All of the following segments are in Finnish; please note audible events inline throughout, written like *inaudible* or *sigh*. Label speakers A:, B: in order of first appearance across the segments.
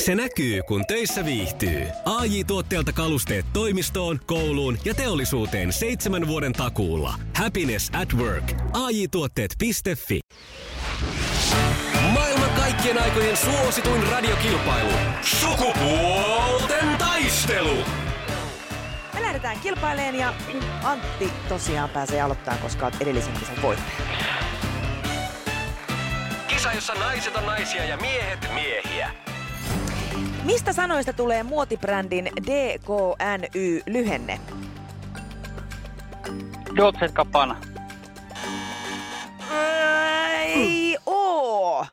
A: Se näkyy, kun töissä viihtyy. ai tuotteelta kalusteet toimistoon, kouluun ja teollisuuteen seitsemän vuoden takuulla. Happiness at work. ai tuotteetfi Maailman kaikkien aikojen suosituin radiokilpailu. Sukupuolten taistelu.
B: Me lähdetään kilpaileen ja Antti tosiaan pääsee aloittaa, koska olet edellisen kisan voittaja.
A: Kisa, jossa naiset on naisia ja miehet miehiä.
B: Mistä sanoista tulee muotibrändin DKNY-lyhenne?
C: Dolce Gabbana.
B: Ää, Ei oo.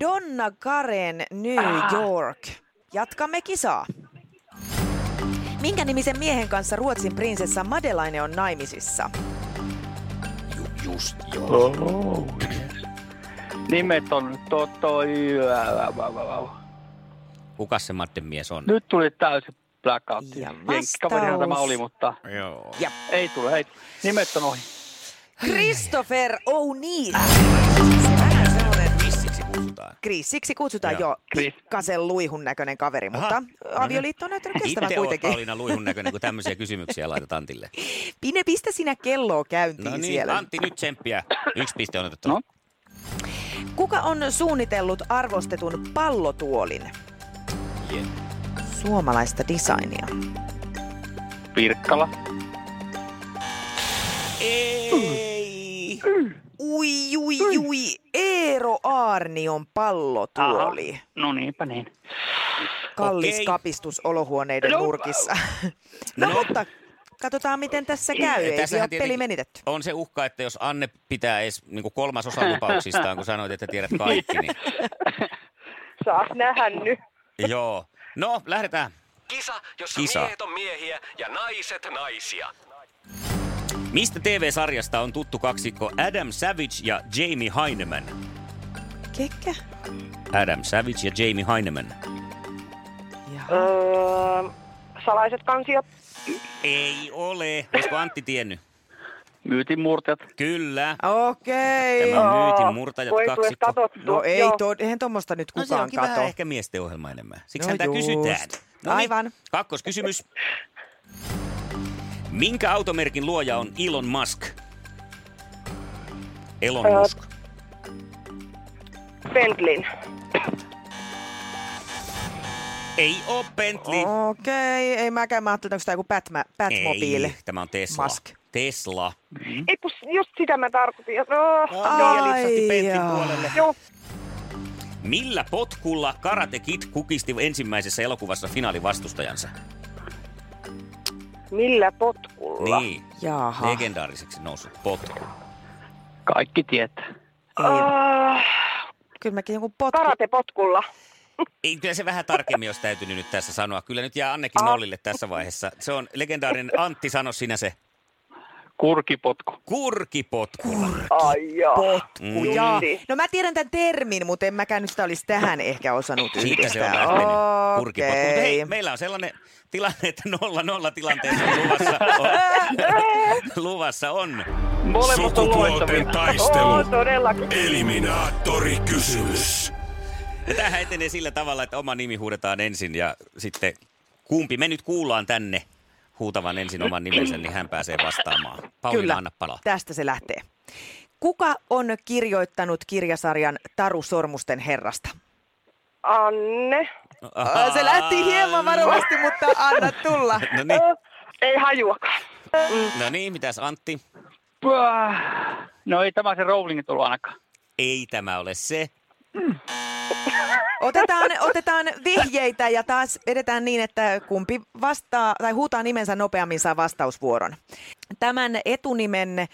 B: Donna Karen New York. Jatkamme kisaa. Minkä nimisen miehen kanssa Ruotsin prinsessa Madeleine on naimisissa?
C: Oh, yes. Nimet on to, toi... ää, vau, vau, vau.
D: Kukas se Madden mies
B: No.
D: on?
C: Nyt tuli täysin blackout.
B: Ja
C: Kaverihan tämä
B: vastaus.
C: oli, mutta
D: Joo.
C: ei tule. Ei. Nimet on ohi.
B: Christopher O'Neill. Se vähän sellainen
D: Missiksi kutsutaan?
B: Chris, siksi kutsutaan
D: Joo. No
B: jo
C: Chris.
B: pikkasen luihun näköinen kaveri, mutta avioliitto on näyttänyt kestävän
D: niin. Itse olet
B: kuitenkin.
D: Pauliina luihun näköinen, kun tämmöisiä kysymyksiä laitat Antille.
B: Pine, pistä sinä kelloa käyntiin
D: No niin,
B: siellä.
D: Antti, nyt tsemppiä. Yksi piste on otettu.
C: No.
B: Kuka on suunnitellut arvostetun pallotuolin?
D: Yeah.
B: Suomalaista designia.
C: Pirkkala.
D: Ei.
B: Ui, ui, ui. Eero Aarnion pallotuoli.
C: Aha. No niinpä niin.
B: Kallis
D: Okei.
B: kapistus olohuoneiden
C: No.
D: *laughs*
B: nurkissa. No, mutta katsotaan, miten tässä käy. Ei
D: Tässähän
B: siellä ole peli
D: tietenkin
B: menitetty.
D: On se uhka, että jos Anne pitää edes niin kolmasosa lupauksistaan, kun sanoit, että tiedät kaikki, niin
E: Saas nähdä nyt.
D: Mm. joo. No, lähdetään.
A: Kisa, jossa
D: Kisa.
A: miehet on miehiä ja naiset naisia.
D: Mistä TV-sarjasta on tuttu kaksikko Adam Savage ja Jamie Heineman?
B: Kekä?
D: Adam Savage ja Jamie Heineman.
B: Jaha.
E: Öö, salaiset kansiot.
D: Ei ole. Olisiko Antti tiennyt?
C: Myytin murteet.
D: Kyllä.
B: Okei.
D: Tämä on
E: Aa,
D: myytin murtajat
E: kun ei tule
D: kaksikko.
E: katsottua.
B: No ei,
E: Joo.
B: to, eihän tuommoista nyt
D: No se
B: kukaan
D: onkin vähän
B: kato.
D: ehkä miesten ohjelma enemmän. Siksi
B: No
D: no tämä
B: just.
D: kysytään. No niin,
B: Aivan.
D: Kakkoskysymys. Minkä automerkin luoja on Elon Musk? Elon
E: Ö.
D: Musk.
E: Bentlin.
D: Ei oo Bentley.
B: Okei, ei mäkään. Mä ajattelin, onko tämä joku Batman, Batmobile.
D: Ei, tämä on Tesla.
B: Musk.
D: Tesla.
E: Ei, kun just sitä mä tarkoitin. No,
B: Ai
D: ja lipsahti Bentley
B: jaa.
D: puolelle.
E: *laughs* joo,
D: Millä potkulla Karate Kid kukisti ensimmäisessä elokuvassa finaalivastustajansa?
E: millä potkulla?
D: Niin,
B: Jaha.
D: legendaariseksi noussut potku.
C: Kaikki tietää.
B: Ei.
E: Öö,
B: Niin. Kyllä mäkin joku potku.
E: karatepotkulla.
D: Ei, kyllä se vähän tarkemmin olisi täytynyt nyt tässä sanoa. Kyllä nyt jää Annekin nollille tässä vaiheessa. Se on legendaarinen Antti, sano sinä se
C: Kurkipotku.
D: kurkipotkulla.
E: Ai jaa.
B: Potku,
D: Mm.
B: jaa.
E: Justi.
B: No mä tiedän tämän termin, mutta en mäkään nyt sitä olisi tähän ehkä osannut
D: No, Siitä se on
B: yhdistää.
D: lähtenyt, kurkipotku. Mutta
B: Okei.
D: hei, meillä on sellainen tilanne, että nolla nolla tilanteessa on luvassa on,
B: *laughs*
D: luvassa on
C: Molemmat on
F: Sukupuolten
C: loistavia.
F: taistelu.
E: todellakin.
F: Eliminaattori kysymys.
D: Ja tämähän etenee sillä tavalla, että oma nimi huudetaan ensin ja sitten kumpi me nyt kuullaan tänne huutavan ensin oman nimensä, niin hän pääsee vastaamaan. Pauliina,
B: Kyllä,
D: anna palaa.
B: tästä se lähtee. Kuka on kirjoittanut kirjasarjan Taru Sormusten herrasta?
E: Anne.
B: Ää, Se lähti hieman varovasti, mutta anna tulla.
D: No niin,
E: Öö, ei hajuakaan.
D: no niin, mitäs Antti?
C: Pää. No ei tämä se Rowling tullut ainakaan.
D: Ei tämä ole se.
B: Otetaan, otetaan vihjeitä ja taas edetään niin, että kumpi vastaa tai huutaa nimensä nopeammin saa vastausvuoron. Tämän etunimen äh,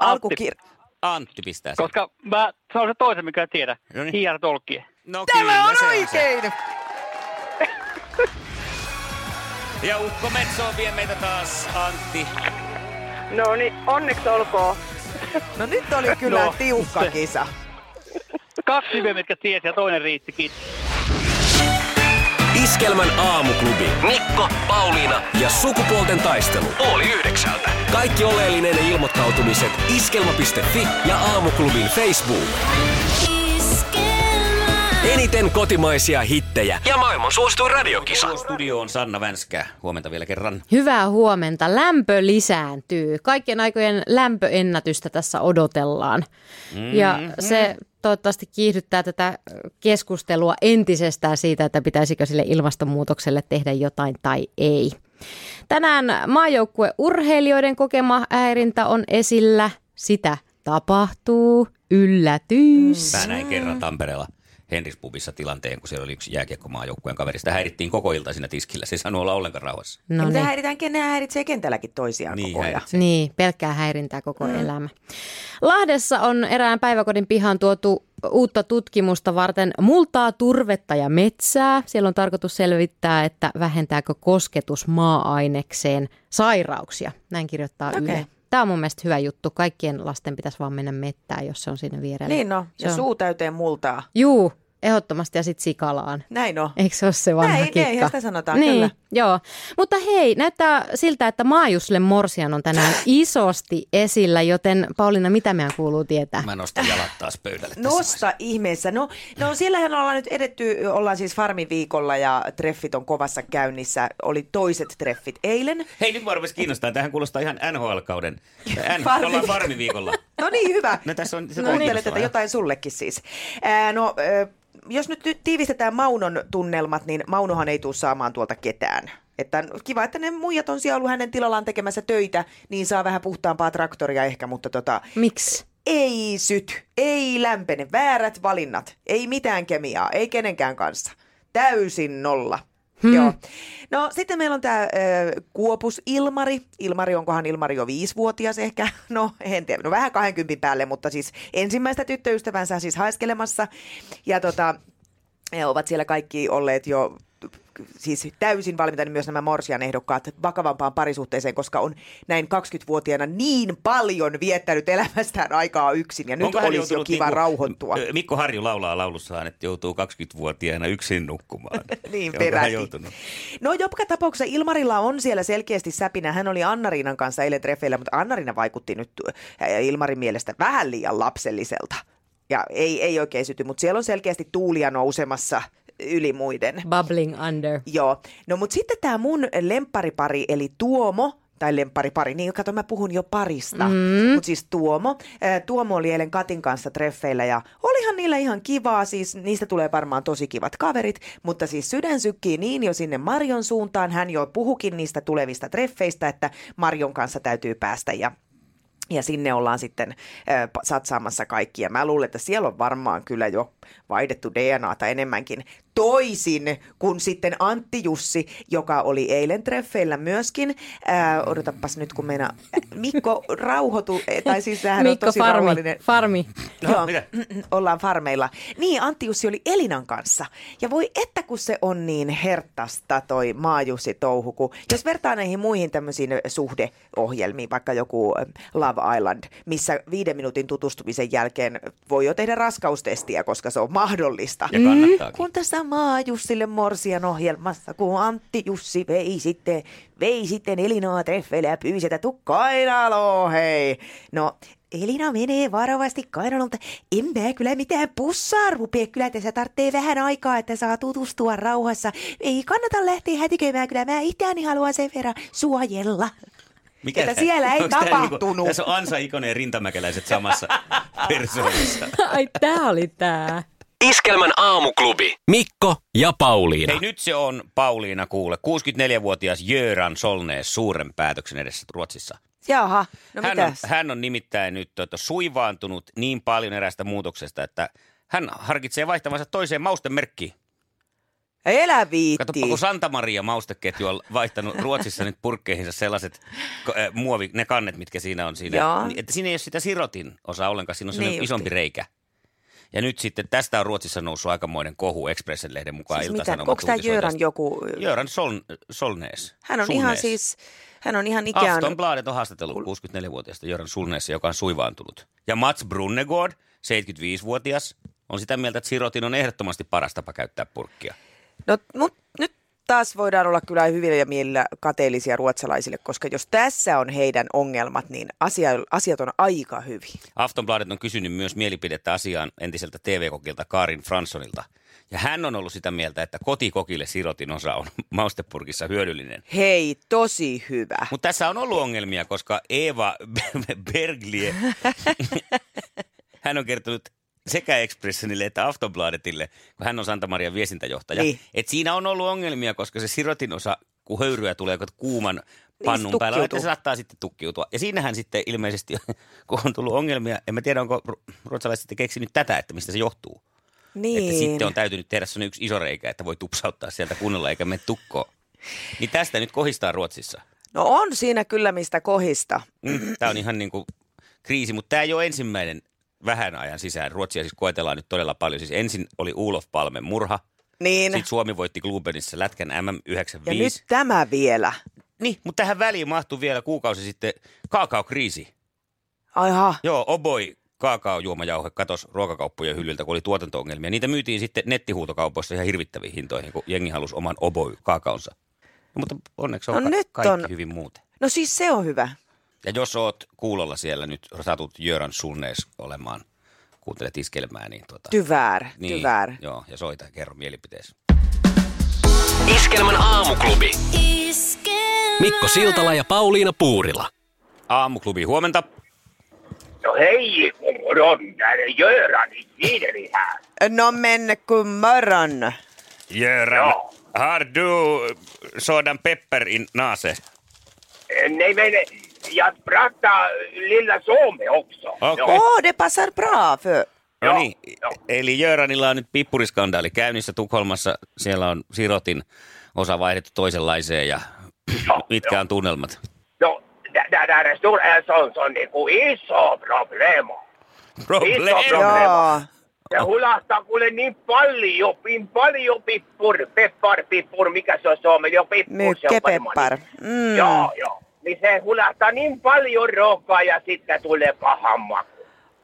B: alkukir...
D: Antti pistää sen.
C: Koska mä, se on se toisen, mikä en tiedä.
D: No niin.
C: Hiara Tolkien.
D: No
B: Tämä
D: kyllä,
B: on
D: se se.
B: oikein!
D: Ja Ukko Metsoon vie meitä taas, Antti.
E: No niin, onneksi olkoon.
B: No nyt oli kyllä
C: No.
B: tiukka kisa.
C: Kaksi nimeä, mitkä tiesi ja toinen riitti. Kiitos.
A: Iskelmän aamuklubi. Mikko, Pauliina ja sukupuolten taistelu. Oli yhdeksältä. Kaikki oleellinen ilmoittautumiset iskelma.fi ja aamuklubin Facebook.
G: Esquema.
A: Eniten kotimaisia hittejä ja maailman suosituin radiokisa.
D: Studio on Sanna Vänskä. Huomenta vielä kerran.
H: Hyvää huomenta. Lämpö lisääntyy. Kaikkien aikojen lämpöennätystä tässä odotellaan. Mm-hmm. Ja se toivottavasti kiihdyttää tätä keskustelua entisestään siitä, että pitäisikö sille ilmastonmuutokselle tehdä jotain tai ei. Tänään maajoukkueurheilijoiden kokema häirintä on esillä. Sitä tapahtuu. Yllätys.
D: Mä näin kerran Tampereella Henrispubissa tilanteen, kun siellä oli yksi jääkiekkomaajoukkueen kaveri. Sitä häirittiin koko ilta siinä tiskillä. Se ei saanut olla ollenkaan rauhassa.
B: No
H: No
B: Mitä
H: niin.
B: häiritään, kenen häiritsee kentälläkin toisiaan
D: Niin,
B: koko ajan.
D: häiritsee.
H: Niin, pelkkää häirintää koko mm. elämä. Lahdessa on erään päiväkodin pihaan tuotu uutta tutkimusta varten multaa, turvetta ja metsää. Siellä on tarkoitus selvittää, että vähentääkö kosketus maa-ainekseen sairauksia. Näin kirjoittaa okay. Yle. Tämä on mun mielestä hyvä juttu. Kaikkien lasten pitäisi vaan mennä mettään, jos se on siinä vierellä.
B: Niin no, ja
H: on-
B: suu täyteen multaa.
H: Juu, ehdottomasti ja sitten sikalaan.
B: Näin on.
H: Eikö se ole se vanha
B: Näin,
H: kikka?
B: näinhän sitä sanotaan,
H: niin,
B: kyllä.
H: Joo. Mutta hei, näyttää siltä, että Maajusle Morsian on
B: *coughs*
H: tänään isosti esillä, joten Pauliina, mitä meidän kuuluu tietää?
D: Mä nostan jalat taas pöydälle
B: No.
D: tässä vaiheessa.
B: Nosta ihmeessä. No, no siellähän ollaan nyt edetty, ollaan siis farmiviikolla ja treffit on kovassa käynnissä. Oli toiset treffit eilen.
D: Hei, nyt mä rupesin kiinnostaa. Tähän kuulostaa ihan NHL-kauden.
B: Farmi-
D: N- ollaan farmiviikolla.
B: No niin, hyvä.
D: No tässä on- se
B: no,
D: on
B: kuuntele
D: kiinnostavaa,
B: tätä
D: joo.
B: jotain sullekin siis. Ää, no, ö, jos nyt nyt tiivistetään Maunon tunnelmat, niin Maunohan ei tule saamaan tuolta ketään. Että kiva, että ne muijat on siellä ollut hänen tilallaan tekemässä töitä, niin saa vähän puhtaampaa traktoria ehkä, mutta tota,
H: Miksi?
B: ei syt, ei lämpene, väärät valinnat, ei mitään kemiaa, ei kenenkään kanssa. Täysin nolla. Hmm. Joo. No sitten meillä on tämä Kuopus Ilmari. Ilmari, onkohan Ilmari jo viisivuotias ehkä? *laughs* No en tiedä, no vähän 20 päälle, mutta siis ensimmäistä tyttöystävänsä siis haiskelemassa. Ja tota, he ovat siellä kaikki olleet jo siis täysin valmiita niin myös nämä Morsian ehdokkaat vakavampaan parisuhteeseen, koska on näin 20-vuotiaana niin paljon viettänyt elämästään aikaa yksin ja nyt
D: Onko hän
B: olisi jo
D: joutunut
B: kiva
D: niinku-
B: rauhoittua.
D: Ö, Mikko Harju laulaa laulussaan, että joutuu 20-vuotiaana yksin nukkumaan.
B: *laughs* niin
D: Onko hän
B: peräti.
D: joutunut?
B: No joka tapauksessa Ilmarilla on siellä selkeästi säpinä. Hän oli Annariinan kanssa eilen treffeillä, mutta Annariina vaikutti nyt äh, Ilmarin mielestä vähän liian lapselliselta. Ja ei, ei oikein syty, mutta siellä on selkeästi tuulia nousemassa yli muiden.
H: Bubbling under.
B: Joo. No mutta sitten tämä mun lempparipari eli Tuomo, tai lempparipari, niin kato mä puhun jo parista, mm. mutta siis Tuomo. Ää, Tuomo oli eilen Katin kanssa treffeillä ja olihan niillä ihan kivaa, siis niistä tulee varmaan tosi kivat kaverit, mutta siis sydän sykkii niin jo sinne Marion suuntaan, hän jo puhukin niistä tulevista treffeistä, että Marion kanssa täytyy päästä ja ja sinne ollaan sitten ö, pa- satsaamassa kaikkia. Mä luulen, että siellä on varmaan kyllä jo vaihdettu DNAta enemmänkin toisin kuin sitten Antti Jussi, joka oli eilen treffeillä myöskin. Ää, odotapas nyt, kun meidän Mikko rauhoitu, tai siis tämähän on
H: Mikko
B: tosi
H: Farmi,
B: rauhallinen.
H: Farmi.
D: No,
B: Joo, Mm,
D: mitä?
B: ollaan farmeilla. Niin, Antti Jussi oli Elinan kanssa. Ja voi että kun se on niin hertasta toi maajussi touhuku. Jos vertaa näihin muihin tämmöisiin suhdeohjelmiin, vaikka joku ö, Love Island, missä viiden minuutin tutustumisen jälkeen voi jo tehdä raskaustestiä, koska se on mahdollista.
D: Ja kannattaakin.
B: Mm, Kun tässä Maajussille Morsian ohjelmassa, kun Antti Jussi vei sitten, vei sitten Elinaa treffeille ja pyysi, että tuu kainaloon, hei. No, Elina menee varovasti kainalolta. En mä kyllä mitään pussaa rupea. Kyllä tässä tarvitsee vähän aikaa, että saa tutustua rauhassa. Ei kannata lähteä hätiköimään. Kyllä mä itseäni haluan sen verran suojella.
D: Mikä
B: Että
D: tää-
B: siellä ei
D: onks tää niinku-
B: tapahtunut.
D: tässä on Ansa Ikonen ja Rintamäkeläiset samassa
B: *laughs*
D: persoonassa.
H: *laughs* Ai tää oli tää.
A: Iskelmän aamuklubi. Mikko ja Pauliina.
D: Hei, nyt se on Pauliina kuule. 64-vuotias Jöran Solnees suuren päätöksen edessä Ruotsissa.
B: Jaha, no
D: hän, on,
B: mitäs?
D: hän on nimittäin nyt tuota, suivaantunut niin paljon erästä muutoksesta, että hän harkitsee vaihtavansa toiseen maustemerkkiin.
B: Elä
D: Katsoppa,
B: viitti.
D: kun Santa Maria mausteketju on vaihtanut Ruotsissa nyt purkkeihinsa sellaiset ko- äh, muovi, ne kannet, mitkä siinä on siinä.
B: Joo.
D: Ni- Että siinä ei ole sitä sirotin osaa ollenkaan, siinä on sellainen
B: Niin
D: niin
B: justi.
D: isompi reikä. Ja nyt sitten tästä on Ruotsissa noussut aikamoinen kohu Expressen lehden mukaan
B: Siis mitä?
D: Ilta-Sanomat
B: Onko tämä
D: uutisoi
B: Jöran
D: tästä.
B: joku?
D: Jöran Sol, Solnees.
B: Hän on
D: Sulnees.
B: ihan siis, hän on ihan ikään...
D: Aftonbladet on haastatellut 64-vuotiaasta Jöran Sulneessa, joka on suivaantunut. Ja Mats Brunnegård, 75-vuotias, on sitä mieltä, että sirotin on ehdottomasti paras tapa käyttää purkkia.
B: No, mut nyt taas voidaan olla kyllä hyvillä mielillä kateellisia ruotsalaisille, koska jos tässä on heidän ongelmat, niin asia, asiat on aika hyvin.
D: Aftonbladet on kysynyt myös mielipidettä asiaan entiseltä TV-kokilta Karin Fransonilta. Ja hän on ollut sitä mieltä, että kotikokille sirotin osa on maustepurkissa hyödyllinen.
B: Hei, tosi hyvä.
D: Mutta tässä on ollut ongelmia, koska Eeva
B: *laughs*
D: Berglie, hän on kertonut sekä Expressionille että Aftonbladetille, kun hän on Santa-Marian viestintäjohtaja,
B: Niin.
D: niin. että siinä on ollut ongelmia, koska se sirotin osa, kun höyryä tulee kuuman pannun
B: Niin, se
D: päällä, että
B: tukkiutuu.
D: se saattaa sitten tukkiutua. Ja siinähän sitten ilmeisesti, kun on *laughs* tullut ongelmia, en mä tiedä, onko ru- ruotsalaiset sitten keksinyt tätä, että mistä se johtuu.
B: Niin.
D: Että sitten on täytynyt tehdä sellainen yksi iso reikä, että voi tupsauttaa sieltä kunnolla eikä mene tukkoon. Niin tästä nyt kohistaa Ruotsissa.
B: No on siinä kyllä mistä kohista.
D: Mm, Tämä on ihan niin kuin kriisi, mutta tämä ei ole ensimmäinen vähän ajan sisään. Ruotsia siis koetellaan nyt todella paljon. Siis ensin oli Ulof Palmen murha,
B: Niin.
D: sitten Suomi voitti Globenissa lätkän
B: ja
D: MM95.
B: nyt tämä vielä.
D: Niin, mutta tähän väliin mahtui vielä kuukausi sitten kaakaokriisi.
B: Aiha.
D: Joo, Oboi kaakaojuomajauhe katosi ruokakauppojen hyllyltä, kun oli tuotanto-ongelmia. Niitä myytiin sitten nettihuutokaupoissa ihan hirvittäviin hintoihin, kun jengi halusi oman Oboi kaakaonsa. No, mutta onneksi on
B: No
D: ka-
B: nyt
D: kaikki
B: on-
D: hyvin muuten.
B: No siis se on hyvä.
D: Ja jos oot kuulolla siellä nyt, satut Jöran sunnees olemaan, kuuntelet iskelmää, niin tota...
B: Tyvär,
D: niin,
B: niin. tyvär.
D: Joo, ja soita ja kerro mielipiteesi.
A: Iskelmän aamuklubi. Mikko Siltala ja Pauliina Puurila.
D: Aamuklubi, huomenta.
E: No hej, morgon, det är Göran i Kileri här.
B: No men kun morgon.
D: Jöran,
E: Joo.
D: har du sådan pepper in nase?
E: Eh, Nej, men eh, jag pratar lilla Suomi också.
D: Okej.
E: Ja.
B: Oh, det passar bra för...
D: No
E: Joo,
D: niin,
E: joo.
D: eli Jöranilla on nyt pippuriskandaali käynnissä Tukholmassa. Siellä on sirotin osa vaihdettu toisenlaiseen ja
E: Joo,
D: mitkä on tunnelmat?
E: No, det, det där är stor en sån som niinku iso problemo.
D: Probleema.
E: Niin, Joo.
B: Joo.
E: Se hulahtaa kuule niin paljon, niin paljon pippur, peppar, pippur, mikä se on suomen, jo pippur, se on varmaan
B: Mykkepeppar.
E: niin.
B: Mm.
E: Joo, joo. Niin se hulahtaa niin paljon ruokaa ja sitten tulee pahan maku.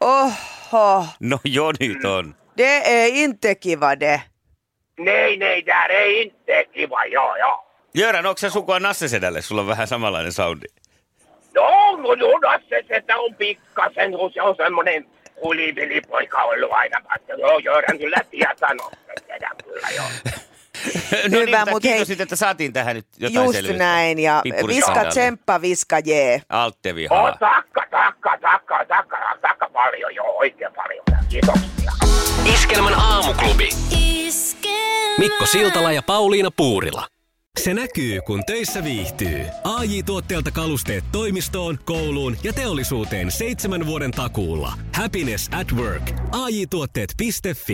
B: Oho,
D: No jo nyt on.
B: det är inte kiva det.
E: Nei, nei, där ei inte kiva, joo, joo.
D: Jöran, onko se sukua Nassesedälle? Sulla on vähän samanlainen soundi.
E: No, no, no, no se, se, se on pikkasen, kun se on semmoinen hulivilipoika ollut aina. Mä Joo, joo, hän kyllä tietää, no, se tiedän kyllä, joo.
D: No
B: Hyvä,
D: mutta
B: mut hei.
D: kiitos nyt, että saatiin tähän nyt jotain
B: Just
D: selvyyttä.
B: näin ja viska
D: Pippuriskandaali.
B: tsemppa, viska jee.
D: Alttevi
E: Oh,
D: hala.
E: takka, takka, takka, takka, takka paljon, joo, oikein paljon. Kiitoksia.
A: Iskelmän aamuklubi. Mikko Siltala ja Pauliina Puurila. Se näkyy, kun töissä viihtyy. ai tuotteelta kalusteet toimistoon, kouluun ja teollisuuteen seitsemän vuoden takuulla. Happiness at work. AJ-tuotteet.fi.